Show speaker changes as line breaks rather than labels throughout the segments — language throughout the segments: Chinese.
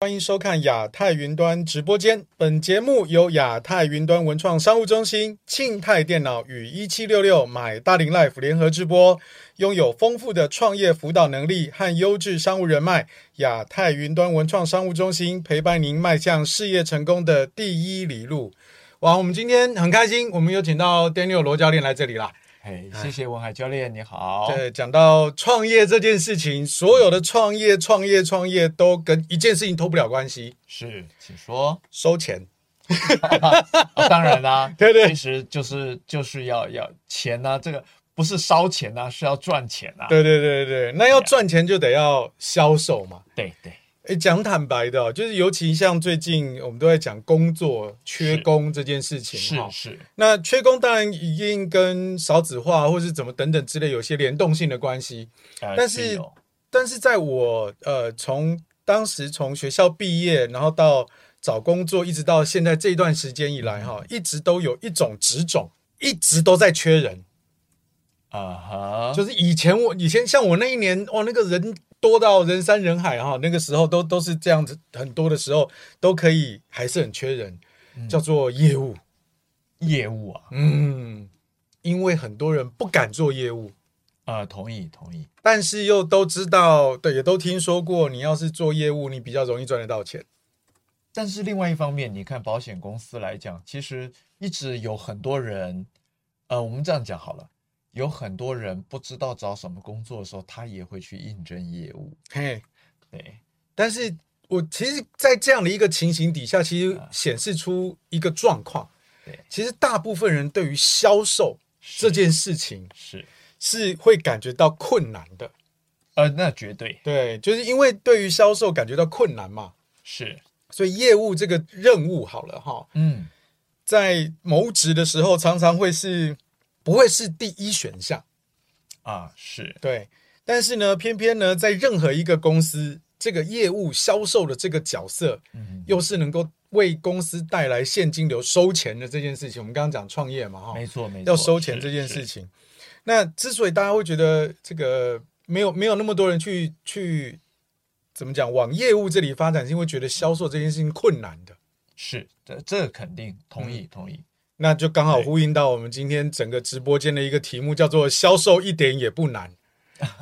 欢迎收看亚太云端直播间。本节目由亚太云端文创商务中心、庆泰电脑与一七六六买大龄 Life 联合直播。拥有丰富的创业辅导能力和优质商务人脉，亚太云端文创商务中心陪伴您迈向事业成功的第一里路。哇，我们今天很开心，我们有请到 Daniel 罗教练来这里啦。
哎，谢谢文海教练，你好。
对，讲到创业这件事情，所有的创业、创业、创业都跟一件事情脱不了关系，
是，请说。
收钱。
啊当然啦、
对 对
其实就是就是要要钱呐、这个不是烧钱呐、是要赚钱啊呐、
对对对对，那要赚钱就得要销售嘛。
对对
诶，讲坦白的哦，就是尤其像最近我们都在讲工作缺
是
工这件事情，
是
哈
是，
那缺工当然一定跟少子化或是怎么等等之类有些联动性的关系，
呃
但是
有
但是在我呃从当时从学校毕业，然后到找工作，一直到现在这一段时间以来哈，
嗯
一直都有一种职种，一直都在缺人。
啊哈，
就是以前我以前像我那一年哇，那个人多到人山人海哈，那个时候都都是这样子，很多的时候都可以还是很缺人，叫做业务。
业务啊，
嗯，因为很多人不敢做业务，
啊，同意同意，
但是又都知道，对，也都听说过，你要是做业务，你比较容易赚得到钱。
但是另外一方面，你看保险公司来讲，其实一直有很多人，呃，我们这样讲好了，有很多人不知道找什么工作的时候，他也会去应征业务。
嘿，
对，
但是我其实，在这样的一个情形底下，其实显示出一个状况
对。
其实大部分人对于销售这件事情
是，
是会感觉到困难的，
呃，那绝对
对，就是因为对于销售感觉到困难嘛，
是，
所以业务这个任务好了哈，
嗯，
在谋职的时候常常会是不会是第一选项，
啊，是
对。但是呢，偏偏呢，在任何一个公司，这个业务销售的这个角色，
嗯
又是能够为公司带来现金流、收钱的这件事情。我们刚刚讲创业嘛，哈，
没错没
哦
错，
要收钱
是
这件事，
是
情。那之所以大家会觉得这个没有没有那么多人去去怎么讲往业务这里发展，是因为觉得销售这件事情困难的。
是这这个肯定同
嗯
意同意，
那就刚好
对
呼应到我们今天整个直播间的一个题目，叫做“销售一点也不 难”。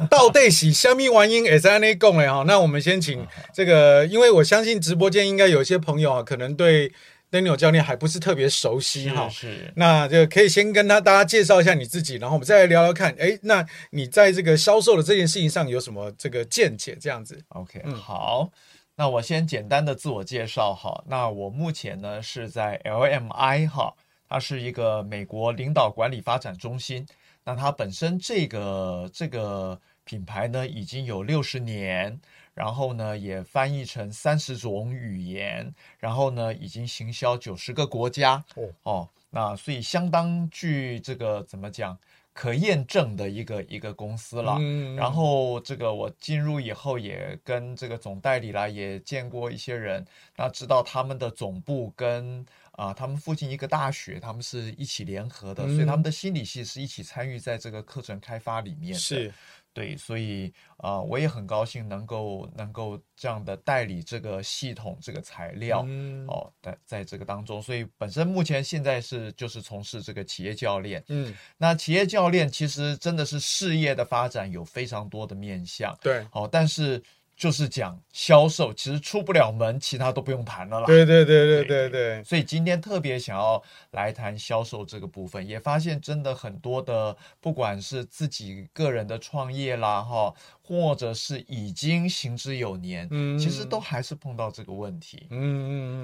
到底是虾米玩意？S N A 共嘞哈。那我们先
啊
请这个，因为我相信直播间应该有一些朋友啊，可能对 Daniel 教练还不是特别熟悉哈。
是
那就可以先跟他大家介绍一下你自己，然后我们再来聊聊看，哎，那你在这个销售的这件事情上有什么这个见解？这样子，
OK，、
嗯
好，那我先简单的自我介绍哈。那我目前呢是在 LMI 哈，它是一个美国领导管理发展中心。那它本身这个这个品牌呢已经有六十年，然后呢也翻译成三十种语言，然后呢已经行销九十个国家
哦
哦。那所以相当具这个怎么讲可验证的一个一个公司了。
嗯
然后这个我进入以后，也跟这个总代理啦也见过一些人，那知道他们的总部跟啊、他们附近一个大学，他们是一起联合的，所以他
嗯
们的心理系是一起参与在这个课程开发里面的。
是
对，所以啊、呃我也很高兴能够能够这样的代理这个系统这个材料。
嗯
哦，在在这个当中，所以本身目前现在是就是从事这个企业教练，
嗯，
那企业教练其实真的是事业的发展有非常多的面向，
对
好、但是就是讲销售，其实出不了门，其他都不用谈了啦。
对对对对对
对
对，
所以今天特别想要来谈销售这个部分，也发现真的很多的，不管是自己个人的创业啦，哈，或者是已经行之有年，
嗯
其实都还是碰到这个问题。
嗯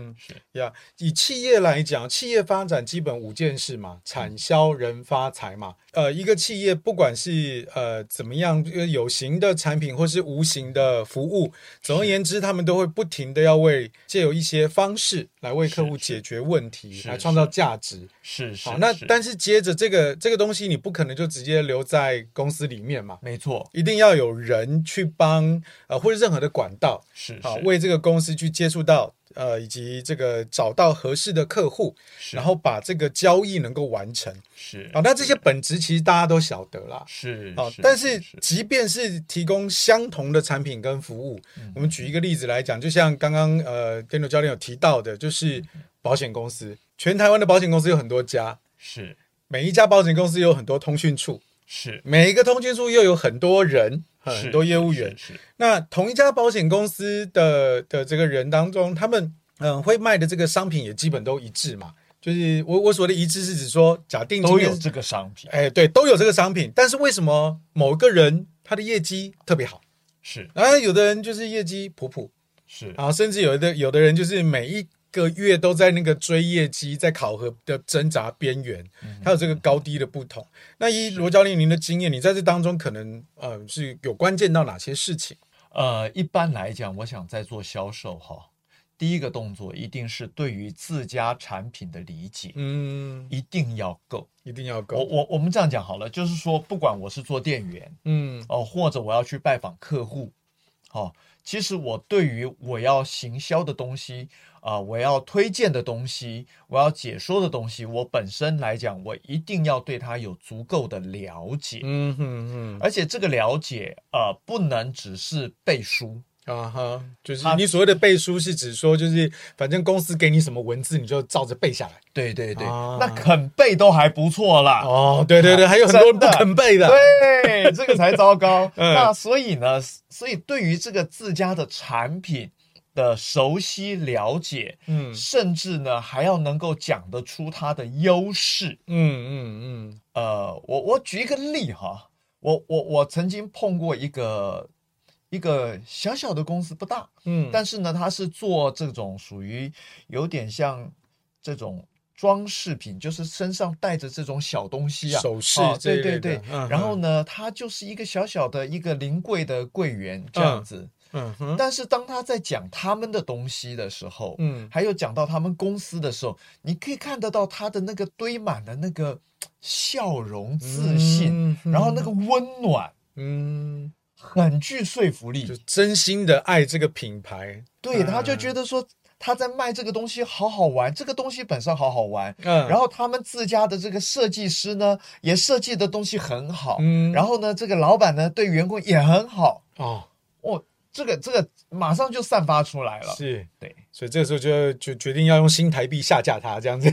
嗯
是
嗯，呀，以企业来讲，企业发展基本五件事嘛，
嗯
产销人发财嘛。呃，一个企业不管是呃怎么样，呃有形的产品或是无形的服务，总而言之，他们都会不停的要为借由一些方式来为客户
是是
解决问题，
是
来创造价值。
是是，
好，那
是
但是接着这个这个东西，你不可能就直接留在公司里面嘛，
没错，
一定要有人去帮，呃，或者任何的管道，
是
好
是
为这个公司去接触到呃，以及这个找到合适的客户，
是
然后把这个交易能够完成。
是
啊，那这些本质其实大家都晓得啦。
是
啊，但是
是
即便是提供相同的产品跟服务，
嗯
我们举一个例子来讲，就像刚刚呃 d a n 教练有提到的，就是
嗯
保险公司，全台湾的保险公司有很多家，
是
每一家保险公司有很多通讯处，
是
每一个通讯处又有很多人，
是
很多业务员。
是是
那同一家保险公司的的这个人当中，他们嗯、呃会卖的这个商品也基本都一致嘛。就是我我所谓的一致是指说，假定今
都
天
有这个商品，
哎，对，都有这个商品，但是为什么某个人他的业绩特别好，
是
然后有的人就是业绩普普，
是
然后甚至有的有的人就是每一个月都在那个追业绩，在考核的挣扎边缘，
嗯
还有这个高低的不同。那以罗教练您的经验，你在这当中可能呃是有关键到哪些事情？
呃，一般来讲，我想在做销售哈，第一个动作一定是对于自家产品的理解。
嗯，
一定要够，
一定要
我
够，
我我们这样讲好了，就是说，不管我是做店员
嗯
哦、或者我要去拜访客户，好、其实我对于我要行销的东西啊、我要推荐的东西，我要解说的东西，我本身来讲，我一定要对它有足够的了解，
嗯哼
而且这个了解呃，不能只是背书，
哼啊哈，就是
他
你所谓的背书是指说，就是反正公司给你什么文字，你就照着背下来。
对对对，
啊
那肯背都还不错啦。
哦，对对对，还有很多人不肯背的。
啊对，这个才糟糕。
嗯
那所以呢，所以对于这个自家的产品的熟悉了解，
嗯
甚至呢还要能够讲得出它的优势。
嗯嗯
呃，我我举一个例哈，我我我曾经碰过一个一个小小的公司，不大，
嗯嗯，
但是呢，它是做这种属于有点像这种装饰品，就是身上带着这种小东西啊，
首饰
哦
这一
对对
类的
对。
嗯
然后
嗯
呢，它就是一个小小的一个临柜的柜员这样子。
嗯哼
但是当他在讲他们的东西的时候，
嗯
还有讲到他们公司的时候，你可以看得到他的那个堆满了那个笑容、自信，
嗯
然后那个温暖，
嗯，
很具说服力。
就真心的爱这个品牌，
对，他就
嗯
觉得说他在卖这个东西好好玩，这个东西本身好好玩。
嗯，
然后他们自家的这个设计师呢，也设计的东西很好。
嗯
然后呢，这个老板呢对员工也很好。
哦
哦，这个这个马上就散发出来了。
是，
对，
所以这个时候就就决定要用新台币下架它，这样子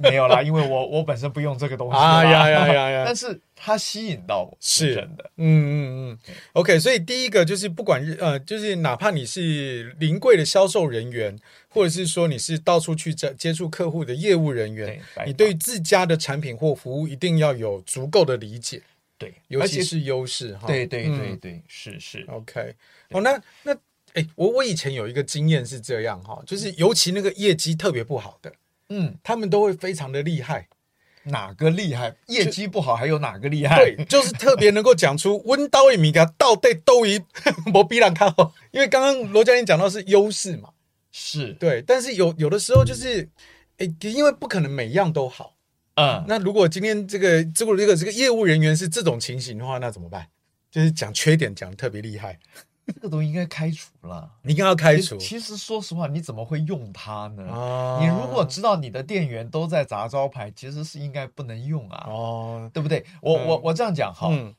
没有啦，因为我我本身不用这个东西啦。
啊呀呀呀呀
但是它吸引到我，
是
真的。
嗯嗯嗯，OK，所以第一个就是不管是呃，就是哪怕你是临柜的销售人员，或者是说你是到处去接接触客户的业务人员
对，拜
你
访
对自家的产品或服务一定要有足够的理解，
对，
尤
而
其
且
是优势哈。
对对对
嗯
对，是是
OK，哦，那那哎、我我以前有一个经验是这样哈，就是尤其那个业绩特别不好的，
嗯，
他们都会非常的厉害，
哪个厉害？业绩不好还有哪个厉害？
对，就是特别能够讲出温刀一米给他倒对兜一 我比朗看哦，因为刚刚罗教练讲到是优势嘛，
是，
对，但是有有的时候就是，哎、因为不可能每样都好，
嗯，
那如果今天这个这个这个这个业务人员是这种情形的话，那怎么办？就是讲缺点讲得特别厉害，
这个东西应该开除了。
你应该要开
其
除
其实说实话，你怎么会用它呢？
啊
你如果知道你的店员都在砸招牌，其实是应该不能用啊，
哦，
对不对？我、我
嗯
我这样讲哈，
嗯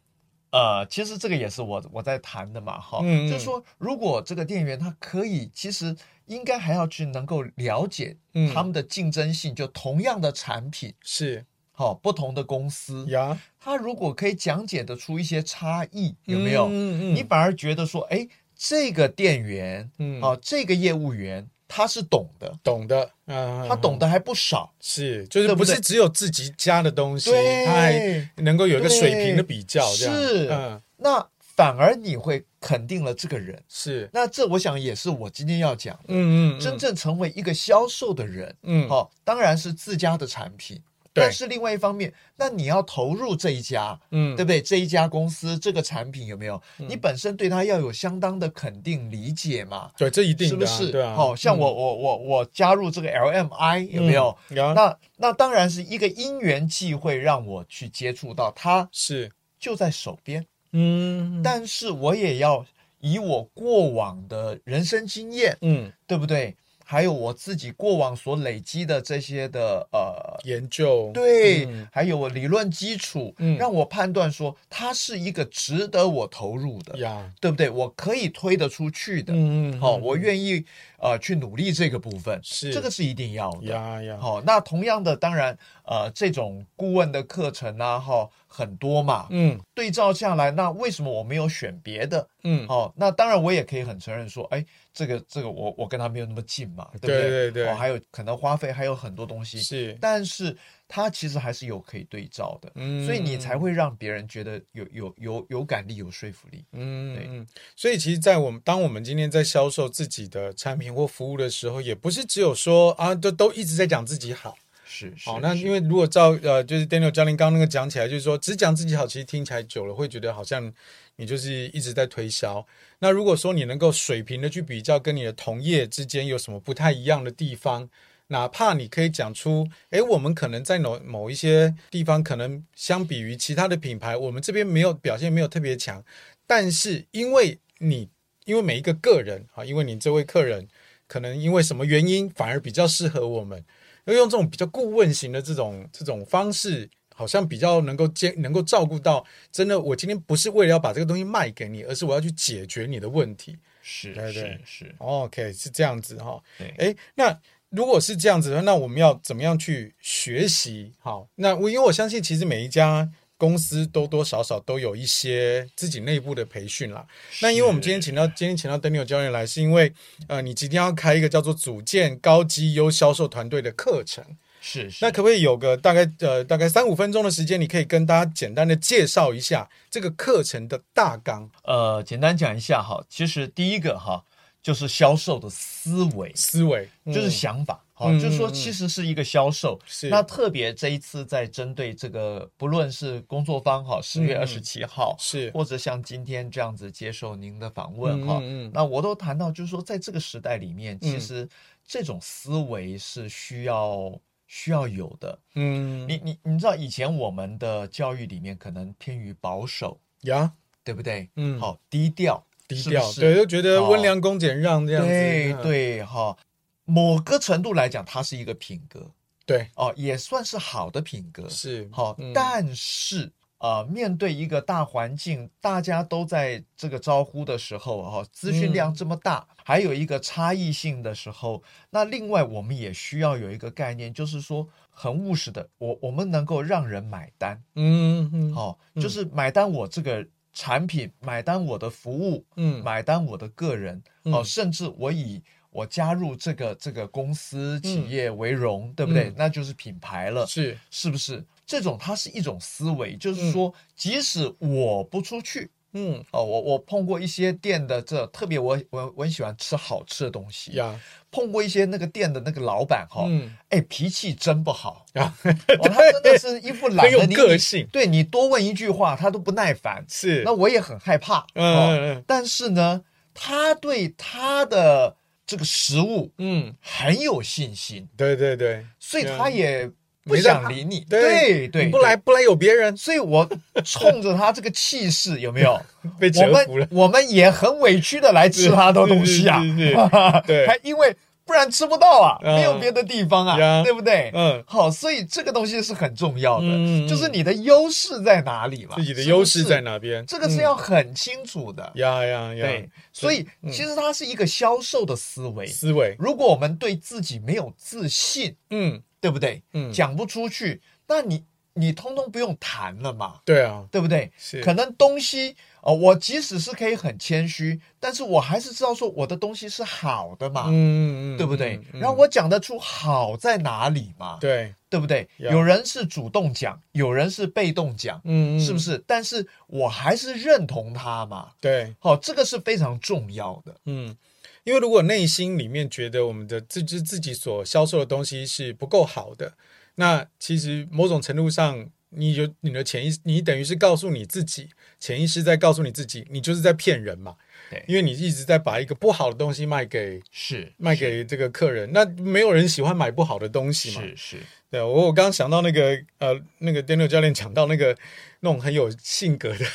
呃，其实这个也是我我在谈的嘛哈，
嗯嗯
就是说如果这个店员他可以，其实应该还要去能够了解
嗯
他们的竞争性，就同样的产品，
是。
好、不同的公司，
呀，
他如果可以讲解得出一些差异，有没有？
嗯
你反而觉得说，哎，这个店员，
嗯
哦、这个业务员他是懂的，
懂得，嗯，
他懂
得
得还不少。
是，就是
对
不
不
是
对
只有自己家的东西，哎
对
他还能够有一个水平的比较，
对
这样
是
嗯，
那反而你会肯定了这个人。
是，
那这我想也是我今天要讲，
嗯嗯，
真正成为一个销售的人，
嗯，
好、当然是自家的产品。
对
但是另外一方面，那你要投入这一家，
嗯，
对不对？这一家公司这个产品有没有？你本身对它要有相当的肯定理解嘛，
对，这一定
是不
的啊
是？
对啊，
好、像我我我我加入这个 LMI 有没有？
嗯呀
那那当然是一个因缘际会让我去接触到它，
是，
就在手边。
嗯，
但是我也要以我过往的人生经验，
嗯
对不对？还有我自己过往所累积的这些的呃
研究，
对，
嗯
还有理论基础，
嗯
让我判断说它是一个值得我投入的，
呀，
对不对？我可以推得出去的，
嗯
好、我愿意呃去努力这个部分，
是
这个是一定要的。
呀呀，
好、那同样的，当然呃，这种顾问的课程啊，哈、很多嘛。
嗯
对照下来，那为什么我没有选别的？
嗯，
哦，那当然，我也可以很承认说，哎，这个这个我我跟他没有那么近嘛，对不
对对
对
对
哦，还有可能花费还有很多东西，
是，
但是它其实还是有可以对照的，
嗯
所以你才会让别人觉得有有有有感力、有说服力。
嗯
对
嗯，所以其实，在我们当我们今天在销售自己的产品或服务的时候，也不是只有说啊，都都一直在讲自己好。
是是，
好，哦那
是
因为如果照呃，就是 Daniel 教练刚刚那个讲起来，就是说只讲自己好，其实听起来久了会觉得好像你就是一直在推销。那如果说你能够水平的去比较，跟你的同业之间有什么不太一样的地方，哪怕你可以讲出，诶，我们可能在某某一些地方，可能相比于其他的品牌，我们这边没有表现没有特别强，但是因为你，因为每一个个人啊，因为你这位客人，可能因为什么原因反而比较适合我们，要用这种比较顾问型的这种这种方式，好像比较能够兼能够照顾到，真的，我今天不是为了要把这个东西卖给你，而是我要去解决你的问题。
是
对对
是是，
OK，是这样子哈、
对
诶，那如果是这样子的话，那我们要怎么样去学习？好，那我因为我相信，其实每一家公司多多少少都有一些自己内部的培训啦。那因为我们今天
是
请到今天请到 Daniel 教练来，是因为呃，你今天要开一个叫做“组建高绩优销售团队”的课程。
是是
那可不可以有个大概呃大概三五分钟的时间，你可以跟大家简单的介绍一下这个课程的大纲、
呃，简单讲一下哈，其实第一个哈就是销售的思维，
思维，
就是
嗯
想法，好、
嗯
就是说
嗯嗯
其实是一个销售。
是
那特别这一次在针对这个，不论是工作方哈，十月
嗯
二
嗯
十七号，
是
或者像今天这样子接受您的访问
嗯
哈，
嗯嗯
那我都谈到，就是说在这个时代里面，其
嗯
实这种思维是需要需要有的。
嗯
你你你知道以前我们的教育里面可能偏于保守，
呀
对不对？
嗯
好低调，
低
是不
调，
是
对，就觉得
好
温良恭俭让这样子，
对
嗯
对哈，某个程度来讲，它是一个品格
对
哦，也算是好的品格。
是
好
嗯，
但是呃，面对一个大环境，大家都在这个招呼的时候，哈、资讯量这么大，
嗯
还有一个差异性的时候，那另外我们也需要有一个概念，就是说很务实的，我我们能够让人买单，
嗯嗯
哦，就是买单我这个产品，买单我的服务，
嗯
买单我的个人，哦，
嗯
甚至我以我加入这个这个公司企业为荣，对不对
嗯？
那就是品牌了，
是
是不是？这种它是一种思维，就是说，即使我不出去。
嗯
哦，我我碰过一些店的这，特别我我我很喜欢吃好吃的东西，
呀
碰过一些那个店的那个老板哈，
嗯
哎、脾气真不好，
呀
哦，他真的是一副懒
很有
得你
个
你
性
对你多问一句话，他都不耐烦。
是
那我也很害怕，
嗯
哦
嗯嗯
但是呢，他对他的这个食物
嗯
很有信心，
对对对，
所以
对啊
他也不
没在怕
想理你。对
你
对，
不来
对，
不来有别人
所以我冲着他这个气势有没有？
被
我
折服了
们，我们也很委屈的来吃他的东西啊
是是是是， 对
还因为不然吃不到啊，
嗯
没有别的地方
呀
啊，对不对？
嗯
好，所以这个东西是很重要
嗯嗯
的，就是你的优势在哪里嘛？
自己的
是不
优势
是
在？哪边，
这个是
嗯
要很清楚的。
呀呀呀
对，所以
嗯
其实它是一个销售的思维。
思维，
如果我们对自己没有自信，
嗯
对不对？
嗯，
讲不出去，那你你通通不用谈了嘛，
对啊，
对不对？
是
可能东西，呃，我即使是可以很谦虚，但是我还是知道说我的东西是好的嘛，
嗯嗯嗯，
啊对不对？
嗯嗯
然后我讲得出好在哪里嘛，
对，
对不对？
Yeah
有人是主动讲，有人是被动讲，
嗯，嗯
是不？是？但是我还是认同他嘛，
对，
好、这个是非常重要的。
嗯，因为如果内心里面觉得我们的自就是自己所销售的东西是不够好的，那其实某种程度上，你就你的潜意识，你等于是告诉你自己，潜意识在告诉你自己，你就是在骗人嘛。
对
因为你一直在把一个不好的东西卖给
是
卖给这个客人，那没有人喜欢买不好的东西嘛。
是是
对，啊我我刚刚想到那个呃，那个 Daniel 教练讲到那个那种很有性格的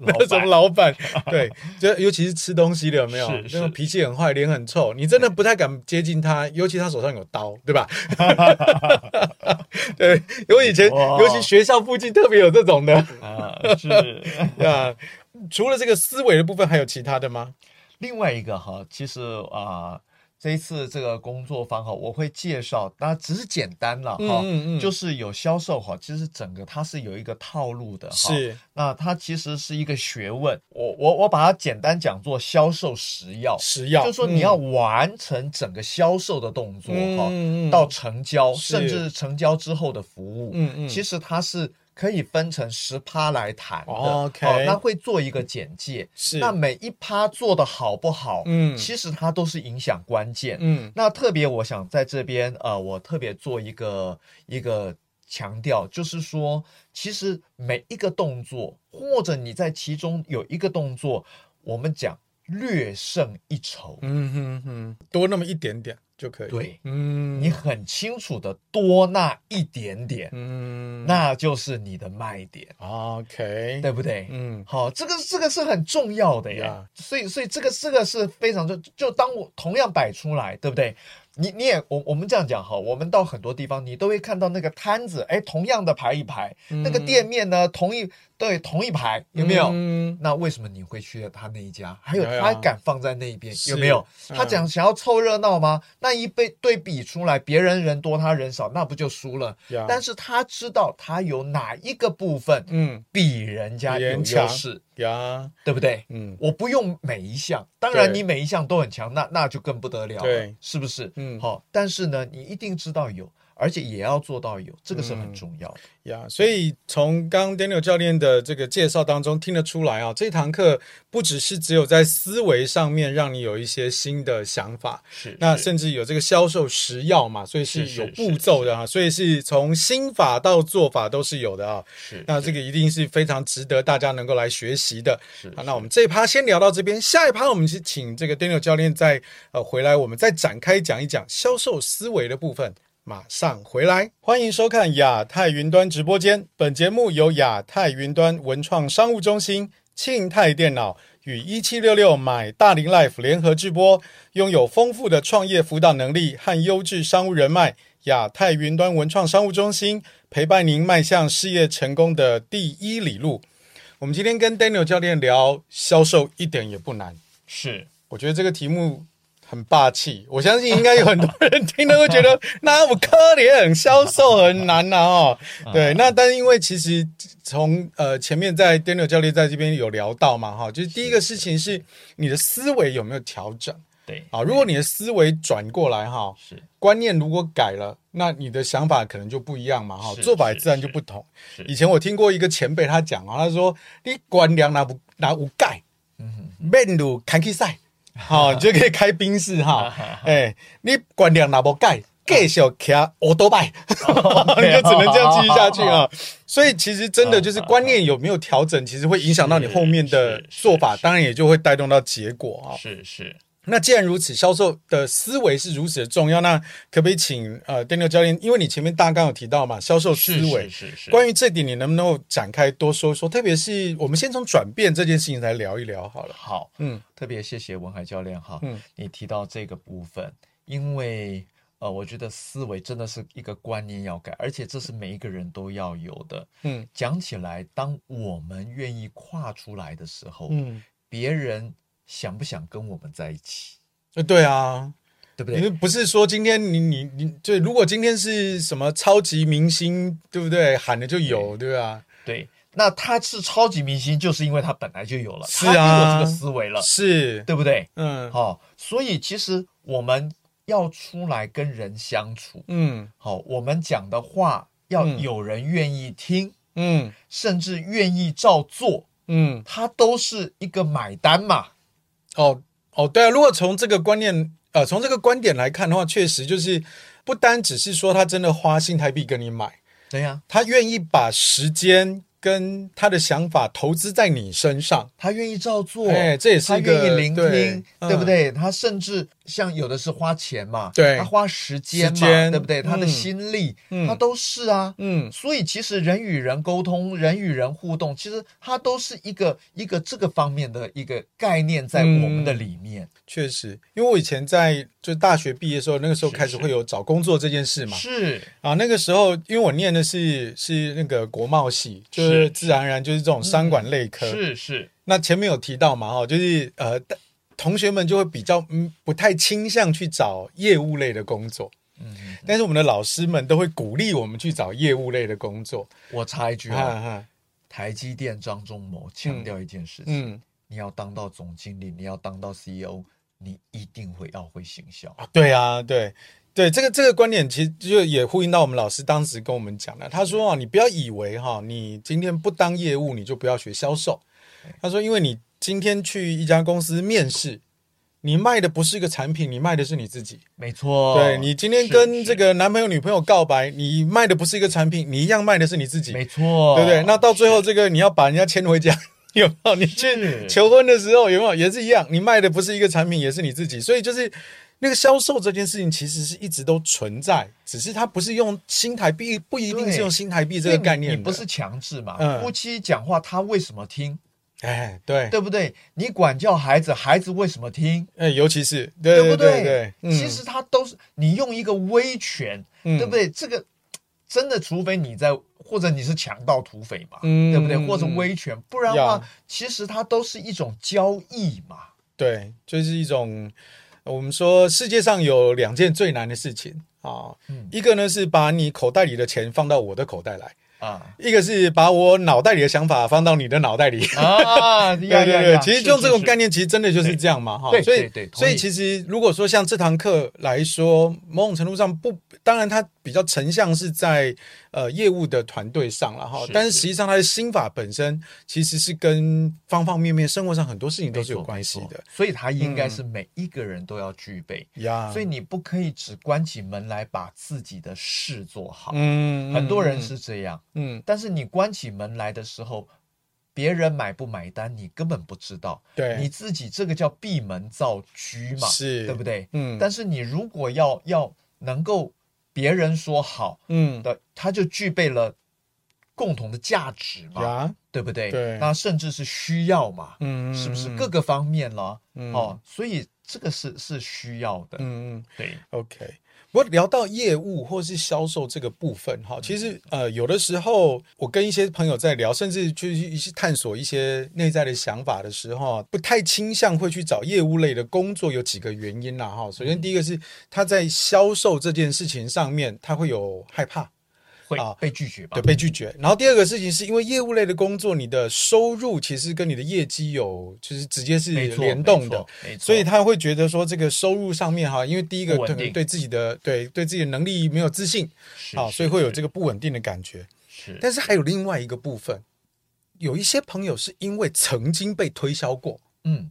那种
板
老 板，对，就尤其是吃东西的，有没有？
是
那种
是
脾气很坏，脸很臭，你真的不太敢接近他，尤其他手上有刀，对吧？ 对，我以前，
哇
尤其学校附近特别有这种的
啊、是
啊。除了这个思维的部分，还有其他的吗？
另外一个哈，其实啊、这一次这个工作坊哈，我会介绍，那只是简单了哈，
嗯嗯嗯
就是有销售哈，其实整个它是有一个套路的哈，，
是
那它其实是一个学问，我我我把它简单讲做销售食药，
食药，
就是说你要
嗯
完成整个销售的动作哈，
嗯嗯
到成交，
是
甚至成交之后的服务，
嗯嗯，
其实它是可以分成十趴来谈的。
OK 嗯
哦那会做一个简介。
是
那每一趴做的好不好，
嗯
其实它都是影响关键。
嗯
那特别，我想在这边，呃，我特别做一个一个强调，就是说，其实每一个动作，或者你在其中有一个动作，我们讲略胜一筹，
嗯哼哼，多那么一点点就可以。
对，
嗯，
你很清楚的多那一点点，
嗯，
那就是你的卖点，
OK，
对不对？
嗯
好，这个这个是很重要的呀
Yeah
所以所以这个这个是非常就就当我同样摆出来，对不对？你你也我我们这样讲哈，我们到很多地方你都会看到那个摊子，哎，同样的排一排，那个店面呢同一对同一排，有没有？
嗯
那为什么你会去他那一家？还有
有呀
他敢放在那一边，
是
有没有？
嗯
他讲想要凑热闹吗？那一被对比出来，别人人多他人少，那不就输了？
呀
但是他知道他有哪一个部分
啊嗯
比人家
比
有
人
优
强
势，
呀，
对不对？
嗯
我不用每一项，当然
对
你每一项都很强，那那就更不得了了，
对
是不是？
嗯
好，但是呢，你一定知道有，而且也要做到有，这个是很重要的。
呀，所以从刚刚 Daniel 教练的这个介绍当中听得出来啊，这堂课不只是只有在思维上面让你有一些新的想法，
是
那
是
甚至有这个销售食药嘛，所以是
是是
有
是
步骤的啊，所以是从心法到做法都是有的啊。
是
那这个一定是非常值得大家能够来学习的。
是
好，那我们这一趴先聊到这边，下一趴我们是请这个 Daniel 教练再呃回来，我们再展开讲一讲销售思维的部分。马上回来，欢迎收看亚太云端直播间。本节目由亚太云端文创商务中心、庆泰电脑与一七六六买大龄 Life 联合制播。拥有丰富的创业辅导能力和优质商务人脉，亚太云端文创商务中心陪伴您迈向事业成功的第一里路。我们今天跟 Daniel 教练聊销售一点也不难，
是
我觉得这个题目很霸气，我相信应该有很多人听了会觉得那我可怜，销售很难呐、哦。对，那但是因为其实从呃前面在 Daniel 教练在这边有聊到嘛，哈，就是第一个事情是你的思维有没有调整。
对，
啊，如果你的思维转过来哈，
是
观念如果改了，那你的想法可能就不一样嘛哈，
是
做法也
是
自然
是
就不同。
是
以前我听过一个前辈他讲啊，他说你官粮拿不拿五盖，
嗯
面路开去 赛，好、你就可以开宾士 哈。哎，你官粮拿不盖，继续骑我都拜，你
哦
就只能这样继续 下去啊。所以其实真的就是观念有没有调整，其实会影响到你后面的
嗯是是
做法，
是
当然也就会带动到结果啊。
是是。
那既然如此，销售的思维是如此的重要，那可不可以请呃 Daniel 教练，因为你前面大纲有提到嘛，销售思
是
维，
是是是，
关于这点你能不能够展开多说说？特别是我们先从转变这件事情来聊一聊好了。
好，
嗯，
特别谢谢文海教练哈，
嗯
你提到这个部分，因为呃，我觉得思维真的是一个观念要改，而且这是每一个人都要有的。
嗯
讲起来，当我们愿意跨出来的时候，
嗯，
别人想不想跟我们在一起，
呃对啊，
对不对？
你不是说今天你你你，就如果今天是什么超级明星，对不对？喊的就有，对啊吧？
对，那他是超级明星，就是因为他本来就有了，
是
他就
啊
有这个思维了，
是，
对不对？
嗯
好、所以其实我们要出来跟人相处，
嗯
好、我们讲的话要
嗯
有人愿意听，
嗯
甚至愿意照做，
嗯，
它都是一个买单嘛。
哦哦，对啊，如果从这个观念，呃，从这个观点来看的话，确实就是不单只是说他真的花新台币跟你买，
对呀、
他愿意把时间跟他的想法投资在你身上。
他愿意照做，
哎这也是
他
一个
愿意聆
对
听，
嗯
对不对？他甚至像有的是花钱嘛，
对
他花时间
时
嘛，
间
对不对？他的
嗯
心力，
嗯
他都是啊。
嗯，
所以其实人与人沟通、人与人互动，其实它都是一个一个这个方面的一个概念在我们的里面。
确实，因为我以前在就大学毕业的时候，那个时候
是
开始
是
会有找工作这件事嘛。
是，
啊，那个时候因为我念的是是那个国贸系，就是
是
自然而然就是这种商管类科。
嗯是是，
那前面有提到嘛，哈，就是呃，但同学们就会比较嗯不太倾向去找业务类的工作，
嗯，
但是我们的老师们都会鼓励我们去找业务类的工作。
我插一句
哈
啊，
哈，
台积电张忠谋强调一件事情：
嗯，
你要当到总经理，你要当到 CEO，你一定会要会行销。
啊对啊，对。对这个这个观点，其实就也呼应到我们老师当时跟我们讲的。他
嗯
说啊，你不要以为哈、你今天不当业务，你就不要学销售。
嗯
他说，因为你今天去一家公司面试，你卖的不是一个产品，你卖的是你自己。
没错，
对你今天
哦是
跟这
是
个男朋友、女朋友告白，你卖的不是一个产品，你一样卖的是你自己，
没错，哦
对不对？那到最后，这个你要把人家牵回家， 有没有？你去
是
求婚的时候，有没有也是一样？你卖的不是一个产品，也是你自己，所以就是。那个销售这件事情其实是一直都存在，只是它不是用新台币，不一定
对
是用新台币这
所以
个
你
概念的
你不是强制嘛？
嗯
夫妻讲话他为什么听，
哎，对，
对不对？你管教孩子，孩子为什么听？
哎，尤其是对
不
对对，嗯
其实他都是你用一个威权，
嗯
对不对？这个真的，除非你在或者你是强盗土匪嘛，
嗯
对不对？或者威权，不然的
呀
话，其实它都是一种交易嘛。
对，就是一种呃我们说世界上有两件最难的事情啊，
嗯
一个呢是把你口袋里的钱放到我的口袋来，
啊
一个是把我脑袋里的想法放到你的脑袋里。
啊，对
对对对，其实用这种概念，其实真的就是这样嘛，哈。
对
所以
对对同意
所以其实如果说像这堂课来说，某种程度上不，当然它比较成像是在呃业务的团队上了哈
是，
但是
是
实际上它的心法本身其实是跟方方面面生活上很多事情都是有关系，
没错没
的嗯
错所以它应该是每一个人都要具备。
呀。
所以你不可以只关起门来把自己的事做好。
嗯，
很多人是这样，
嗯，嗯，
但是你关起门来的时候，别人买不买单，你根本不知道。
嗯对，
嗯你自己这个叫闭门造车嘛，
是
对不对？
嗯，
但是你如果要要能够别人说好
嗯
的，它就具备了共同的价值嘛，
呀，
对不对？
对
那甚至是需要嘛，
嗯，
是不是
嗯
各个方面了？
嗯
哦，所以这个是是需要的，
嗯嗯
对，
OK，不过聊到业务或是销售这个部分
嗯
哈，其实呃，有的时候我跟一些朋友在聊，甚至去一些探索一些内在的想法的时候，不太倾向会去找业务类的工作，有几个原因啦哈。首
嗯
先第一个是他在销售这件事情上面，他会有害怕。
会
啊
被拒绝吧
对，？被拒绝。然后第二个事情是因为业务类的工作，你的收入其实跟你的业绩有就是直接是
没错，
联动的
没，错，没错
所以他会觉得说这个收入上面哈，因为第一个
不
可
稳
能
定
对自己的对对自己的能力没有自信
是
啊，
是
所以会有
是
这个不稳定的感觉。
是
但是还有另外一个部分，有一些朋友是因为曾经被推销过，
嗯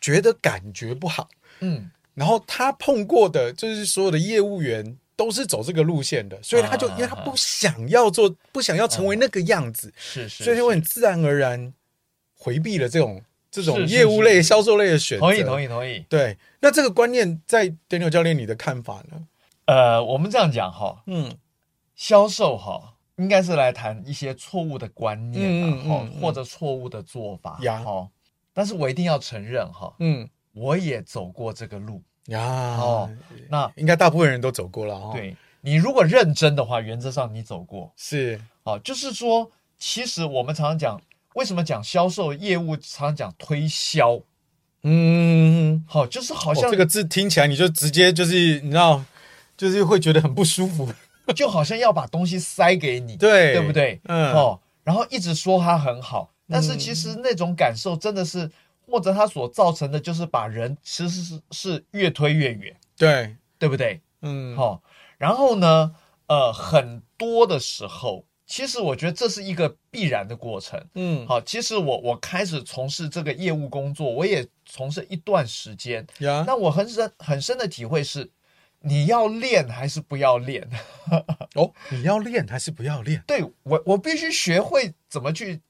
觉得感觉不好，
嗯，
然后他碰过的就是所有的业务员都是走这个路线的，所以他就
啊嗯
因为他不想要做，不想要成为那个样子，
是是，
所以他会
是
很自然而然回避了这种这种
是是
业务类、
是
销售类的选择。
同意同意同意。
对，那这个观念在 Daniel 教练你的看法呢？
呃，我们这样讲哈，
嗯
销售哈，应该是来谈一些错误的观念啊，
嗯嗯
哈、
嗯
或者错误的做法，
呀
哈。但是我一定要承认哈，
嗯
我也走过这个路。
呀，
哦那
应该大部分人都走过了哦。，
对你如果认真的话，原则上你走过。
是，
哦，就是说，其实我们常常讲，为什么讲销售业务，常常讲推销，
嗯，
好、就是好
好
像、
这个字听起来你就直接就是你知道，就是会觉得很不舒 服。
就好像要把东西塞给你，
对
对不对？
嗯
哦，然后一直说他很好，但是其实那种感受真的是，或者他所造成的就是把人其实是是越推越远，
对，
对不对？
嗯，
哦，然后呢，呃，很多的时候，其实我觉得这是一个必然的过程。
嗯，
好，其实我我开始从事这个业务工作，我也从事一段时间。
呀，
那我很深很深的体会是，你要练还是不要练？
哦，你要练还是不要练？
对我，我必须学会怎么去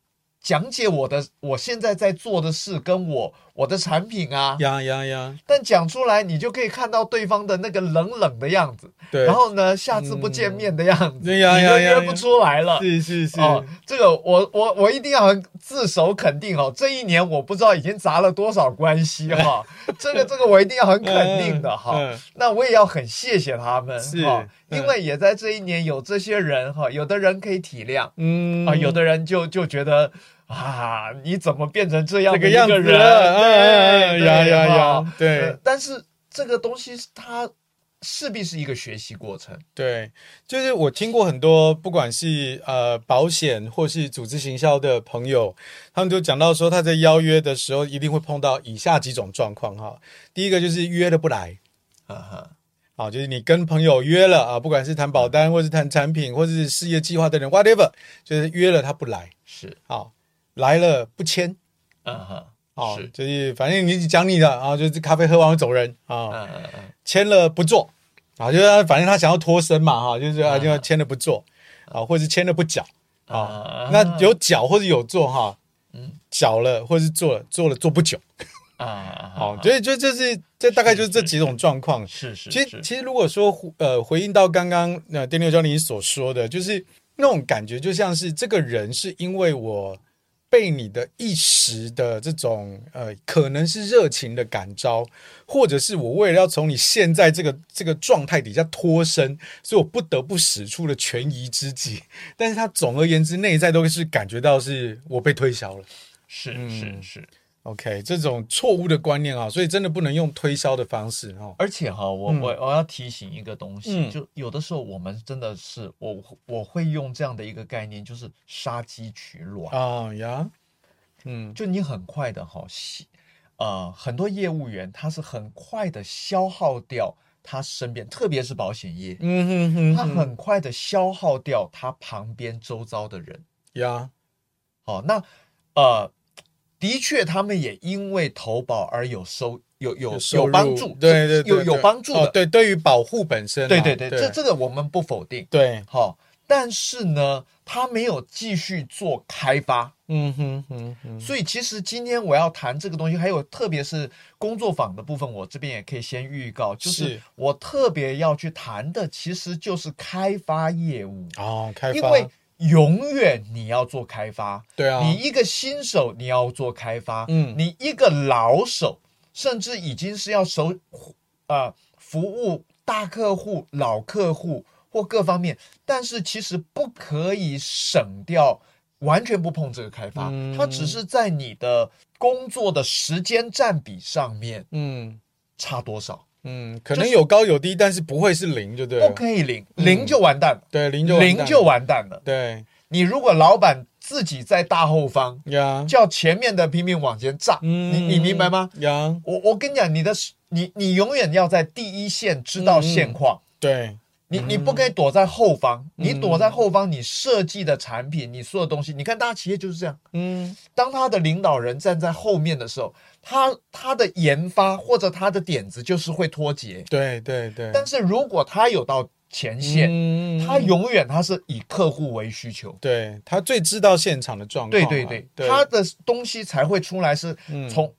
讲解我的我现在在做的事，跟我我的产品啊，
呀呀呀，
但讲出来你就可以看到对方的那个冷冷的样子，
对，
然后呢，下次不见面的样子，
嗯呀
你
呀
就
呀
约
呀
不出来了。
是是是，
哦，这个我我我一定要很自首肯定哦，这一年我不知道已经砸了多少关系 哈、这个这个我一定要很肯定的哈、
嗯嗯
那我也要很谢谢他们
是
哈、
嗯
因为也在这一年有这些人哈、有的人可以体谅啊、
嗯
有的人就就觉得啊，你怎么变成这样
这
的
个
一
样子
人？
了，嗯嗯嗯，
对
呀呀，
对哈
呀，对
呃。但是这个东西它势必是一个学习过程，
对，就是我听过很多，不管是呃保险或是组织行销的朋友，他们就讲到说，他在邀约的时候一定会碰到以下几种状况哈。第一个就是约了不来
啊哈，
啊，就是你跟朋友约了啊，不管是谈保单，或是谈产品，或者是事业计划等等，whatever，就是约了他不来
是，
啊，来了不签
嗯哈，
啊
是，，
就是反正你讲你的啊，就是咖啡喝完就走人啊，
嗯嗯嗯。
签了不做啊，就是他反正他想要脱身嘛哈，就是啊，
嗯
就签了不做啊，或者是签了不缴啊。
啊
那有缴或者有做哈，
嗯
缴了或者是做了，做了做不久，
啊啊，
好，
啊
所以就就是这大概就是这
是
几种状况。
是是，
其实
是
其实如果说呃回应到刚刚呃电六教你所说的，就是那种感觉，就像是这个人是因为我被你的一时的这种呃可能是热情的感召，或者是我为了要从你现在这个这个状态底下脱身，所以我不得不使出了权宜之计。 但是他总而言之内在都是感觉到是我被推销了。
是
嗯
是是，
OK，这种错误的观念啊，所以真的不能用推销的方式哦。
而且哈，我
嗯
我我要提醒一个东西，
嗯
就有的时候我们真的是我我会用这样的一个概念，就是杀鸡取卵，
啊呀，嗯。
就你很快的哈，吸呃，很多业务员他是很快的消耗掉他身边，特别是保险业，
嗯哼哼，
他
哼
很快的消耗掉他旁边周遭的人。
呀，
好，那呃，的确，他们也因为投保而有收有有
收
有
入
帮助，
对对
是
对，
有有
对
帮助
哦
的，
对，对于保护本身啊，
对对对，
对，
这这个我们不否定。
对，
好，但是呢，他没有继续做开发，
嗯哼哼哼，
所以其实今天我要谈这个东西，还有特别是工作坊的部分，我这边也可以先预告，就是
是
我特别要去谈的，其实就是开发业务，
哦，开发，
因为永远你要做开发，
对啊，
你一个新手，你要做开发，
嗯
你一个老手，甚至已经是要熟，呃，服务大客户、老客户或各方面，但是其实不可以省掉，完全不碰这个开发，
嗯
它只是在你的工作的时间占比上面
嗯
差多少，
嗯，可
就
能
是
有高有低，但是不会是零，就对了
不，可以零，零就完蛋了，
对，零就完
零
蛋
就
了
完蛋了。
对
你如果老板自己在大后方。
呀，
叫前面的拼命往前炸，
嗯，
你你明白吗？
呀，
我我跟你讲，你的你你永远要在第一线知
嗯
道现况，
对，
你你不可以躲在后方，
嗯
你躲在后方，你设计的产品，你所有东西，你看大企业就是这样，
嗯
当他的领导人站在后面的时候，他他的研发或者他的点子就是会脱节，
对对对，
但是如果他有到前线，
嗯
他永远他是以客户为需求。
对他最知道现场的状况
对
啊，
对对，
对，
他的东西才会出来，是
嗯
从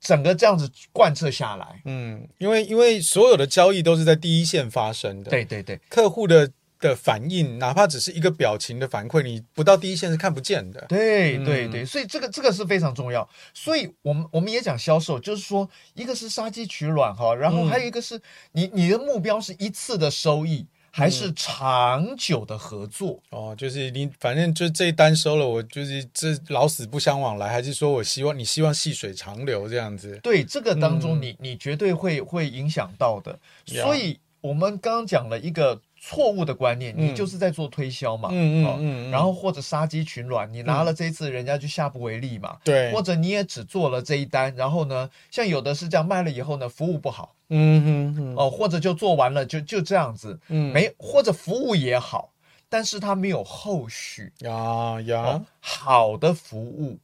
整个这样子贯彻下来。
嗯，因为因为所有的交易都是在第一线发生的，
对对对，
客户的的反应，哪怕只是一个表情的反馈，你不到第一线是看不见的。
对对
嗯
对，所以这个这个是非常重要。所以我们我们也讲销售，就是说一个是杀鸡取卵哈，然后
嗯
还有一个是你你的目标是一次的收益，还
嗯
是长久的合作？
哦，就是你反正就这一单收了，我就是这老死不相往来，还是说我希望你希望细水长流这样子？
对这个当中
嗯
你，你绝对会会影响到的。
Yeah
所以我们刚刚讲了一个错误的观念，你
嗯
就是在做推销嘛，
嗯嗯
哦
嗯嗯嗯
然后或者杀鸡取卵，你拿了这一次，人家就下不为例嘛。
对
或，者你也只做了这一单，然后呢，像有的是这样卖了以后呢，服务不好
嗯哼哼，
哦、或者就做完了就就这样子，
嗯，
没或者服务也好，但是它没有后续
呀
哦
呀，
好的服务，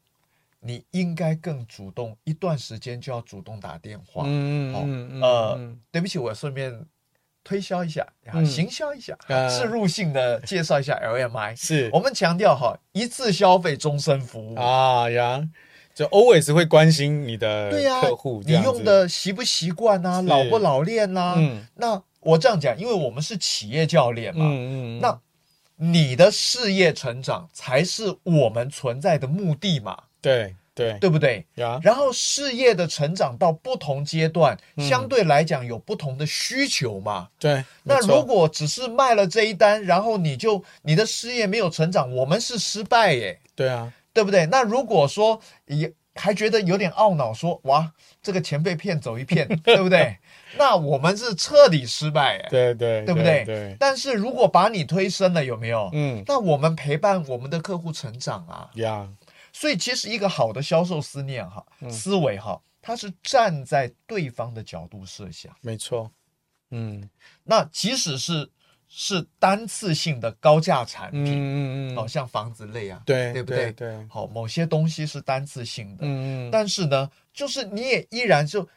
你应该更主动，一段时间就要主动打电话。
嗯
哦
嗯嗯
呃
嗯
对不起，我顺便推销一下，啊
嗯
行销一下，
啊
置入性的介绍一下 LMI。
是
我们强调哈，一次消费终身服务。
啊呀，就 always 会关心你的
对呀、
客户这
你
样子，
用的习不习惯啊，
是
老不老练啊？
嗯
那我这样讲，因为我们是企业教练嘛，
嗯嗯，
那你的事业成长才是我们存在的目的嘛，
对对
对不对？
呀，
然后事业的成长到不同阶段，
嗯
相对来讲有不同的需求嘛。
对，
那
没错
如果只是卖了这一单，然后你就你的事业没有成长，我们是失败耶，
对啊，
对不对？那如果说也还觉得有点懊恼说，哇，这个钱被骗走一 片，对不对？那我们是彻底失败耶，
对对
对不对？
对，
但是如果把你推升了，有没有？
嗯
那我们陪伴我们的客户成长啊，
呀，
所以其实一个好的销售思念哈、
嗯
思维哈，它是站在对方的角度设想。
没错，嗯
那即使是是单次性的高价产
嗯
品，
嗯嗯
好、
嗯，
像房子类啊，
对
哦对不
对
对？
对
好，某些东西是单次性的，
嗯嗯，
但是呢，就是你也依然就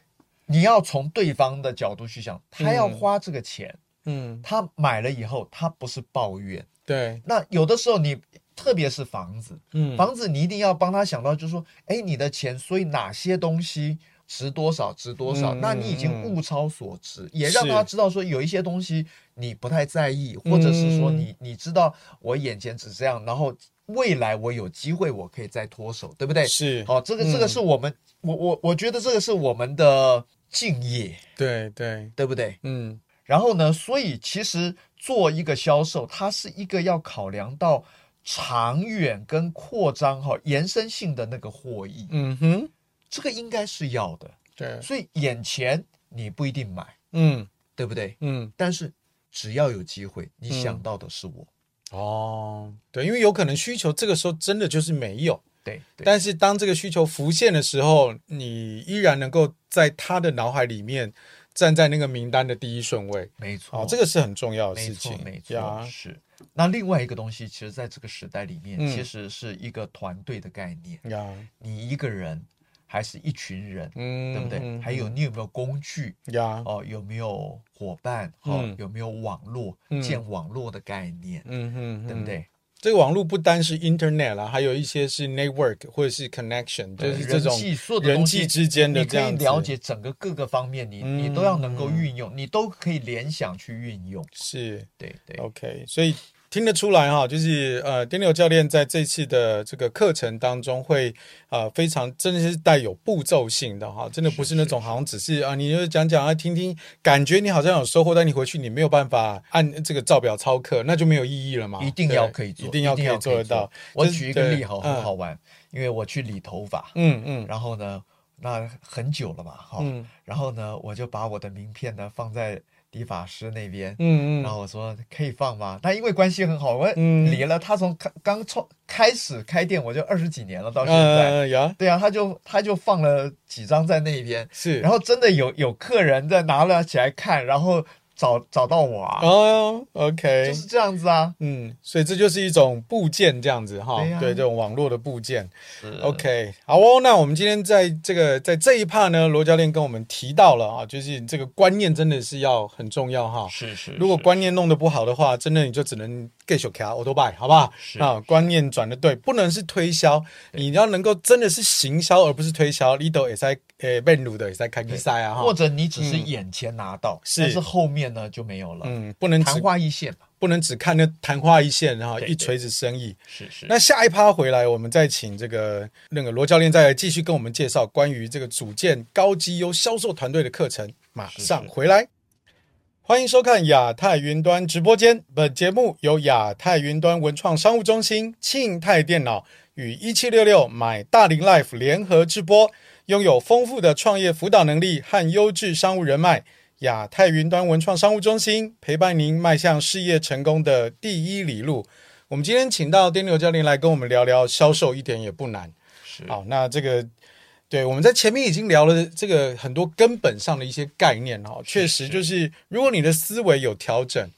你要从对方的角度去想，他要花这个钱，
嗯
他买了以后，他不是抱怨。
对，
那有的时候你。特别是房子，
嗯
房子你一定要帮他想到，就是说，哎，你的钱，所以哪些东西值多少，值多少，
嗯
那你已
嗯
经
嗯
物超所值，也让他
是
知道说有一些东西你不太在意，或者是说
嗯
你你知道我眼前只这样，然后未来我有机会我可以再脱手，对不对？
是，
好、这个这个
嗯
是我们，我我我觉得这个是我们的敬业，
对对，
对不对？
嗯
然后呢，所以其实做一个销售，它是一个要考量到长远跟扩张哈、延伸性的那个获益，
嗯哼，
这个应该是要的。
对，
所以眼前你不一定买，
嗯
对不对？
嗯，
但是只要有机会，你
嗯
想到的是我，
哦，对，因为有可能需求这个时候真的就是没有。
对对
但是当这个需求浮现的时候，你依然能够在他的脑海里面站在那个名单的第一顺位，
没错，
哦，这个是很重要的
没
事
错
情，
没错
呀
是。那另外一个东西，其实在这个时代里面，
嗯
其实是一个团队的概念，
呀，
你一个人还是一群人，
嗯，
对不对？还有你有没有工具？
呀，
哦，有没有伙伴？哦，
嗯
有没有网络？
嗯
建网络的概念，
嗯哼，
对不？对？
这个网络不单是 Internet 啦，还有一些是 Network 或者是 Connection，就
对
是这种
人际所有的
人
东西
际之间的
你
这
可以
样子嗯
了解整个各个方面，你你都要能够运用，你都可以联想去运用。
是
对对，
OK，所以听得出来哈，就是呃，Daniel 教练在这次的这个课程当中会呃非常真的是带有步骤性的哈，真的不是
是
那种好像只是啊、你就讲讲啊听听，感觉你好像有收获，但你回去你没有办法按这个照表操课，那就没有意义了嘛。
一定要
对
可以做，
一定要可以做
做
得到。。
我
就是
举一个
对
例哈，
嗯
很好玩，因为我去理头发，
嗯嗯
然后呢，那很久了嘛，哈，
嗯
然后呢，我就把我的名片呢放在理发师那边，
嗯
然
嗯，
后我说可以放吗？但因为关系很好，我
嗯
离了他从刚刚创开始开店，我就二十几年了，到现在。
呃呀
对啊，他就他就放了几张在那边，
是，
然后真的有有客人在拿了起来看，然后找找到我啊，
哦 OK，
就是这样子啊。
嗯，所以这就是一种部件这样子哈，
对呀
对这种网络的部件。
是
OK，好哦，那我们今天在这个在这一趴呢，罗教练跟我们提到了啊，就是这个观念真的是要很重要哈。
是是，
如果
是
观念弄得不好的话，真的你就只能 get your car auto buy，好不好？
是
啊，观念转的对，不能是推销，你要能够真的是行销，而不是推销。你都也在诶，被撸的也在开比赛啊
或
哈。
者你只是眼前拿到，
是
但是后面呢就没有了，
嗯，不能
昙
只
花一现嘛。
不能只看那昙花一现，然后
对
一
对
锤子生意。
是是，
那下一趴回来，我们再请这个那个罗教练再来继续跟我们介绍关于这个组建高绩优销售团队的课程。马上回来，欢迎收看亚太云端直播间。本节目由亚太云端文创商务中心、庆泰电脑与一七六六买大龄 Life 联合直播。拥有丰富的创业辅导能力和优质商务人脉，亚太云端文创商务中心陪伴您迈向事业成功的第一里路。我们今天请到 Daniel 教练来跟我们聊聊销售，一点也不难。
是
好，那这个对我们在前面已经聊了这个很多根本上的一些概念哈，确实就是嗯如果你的思维有调整，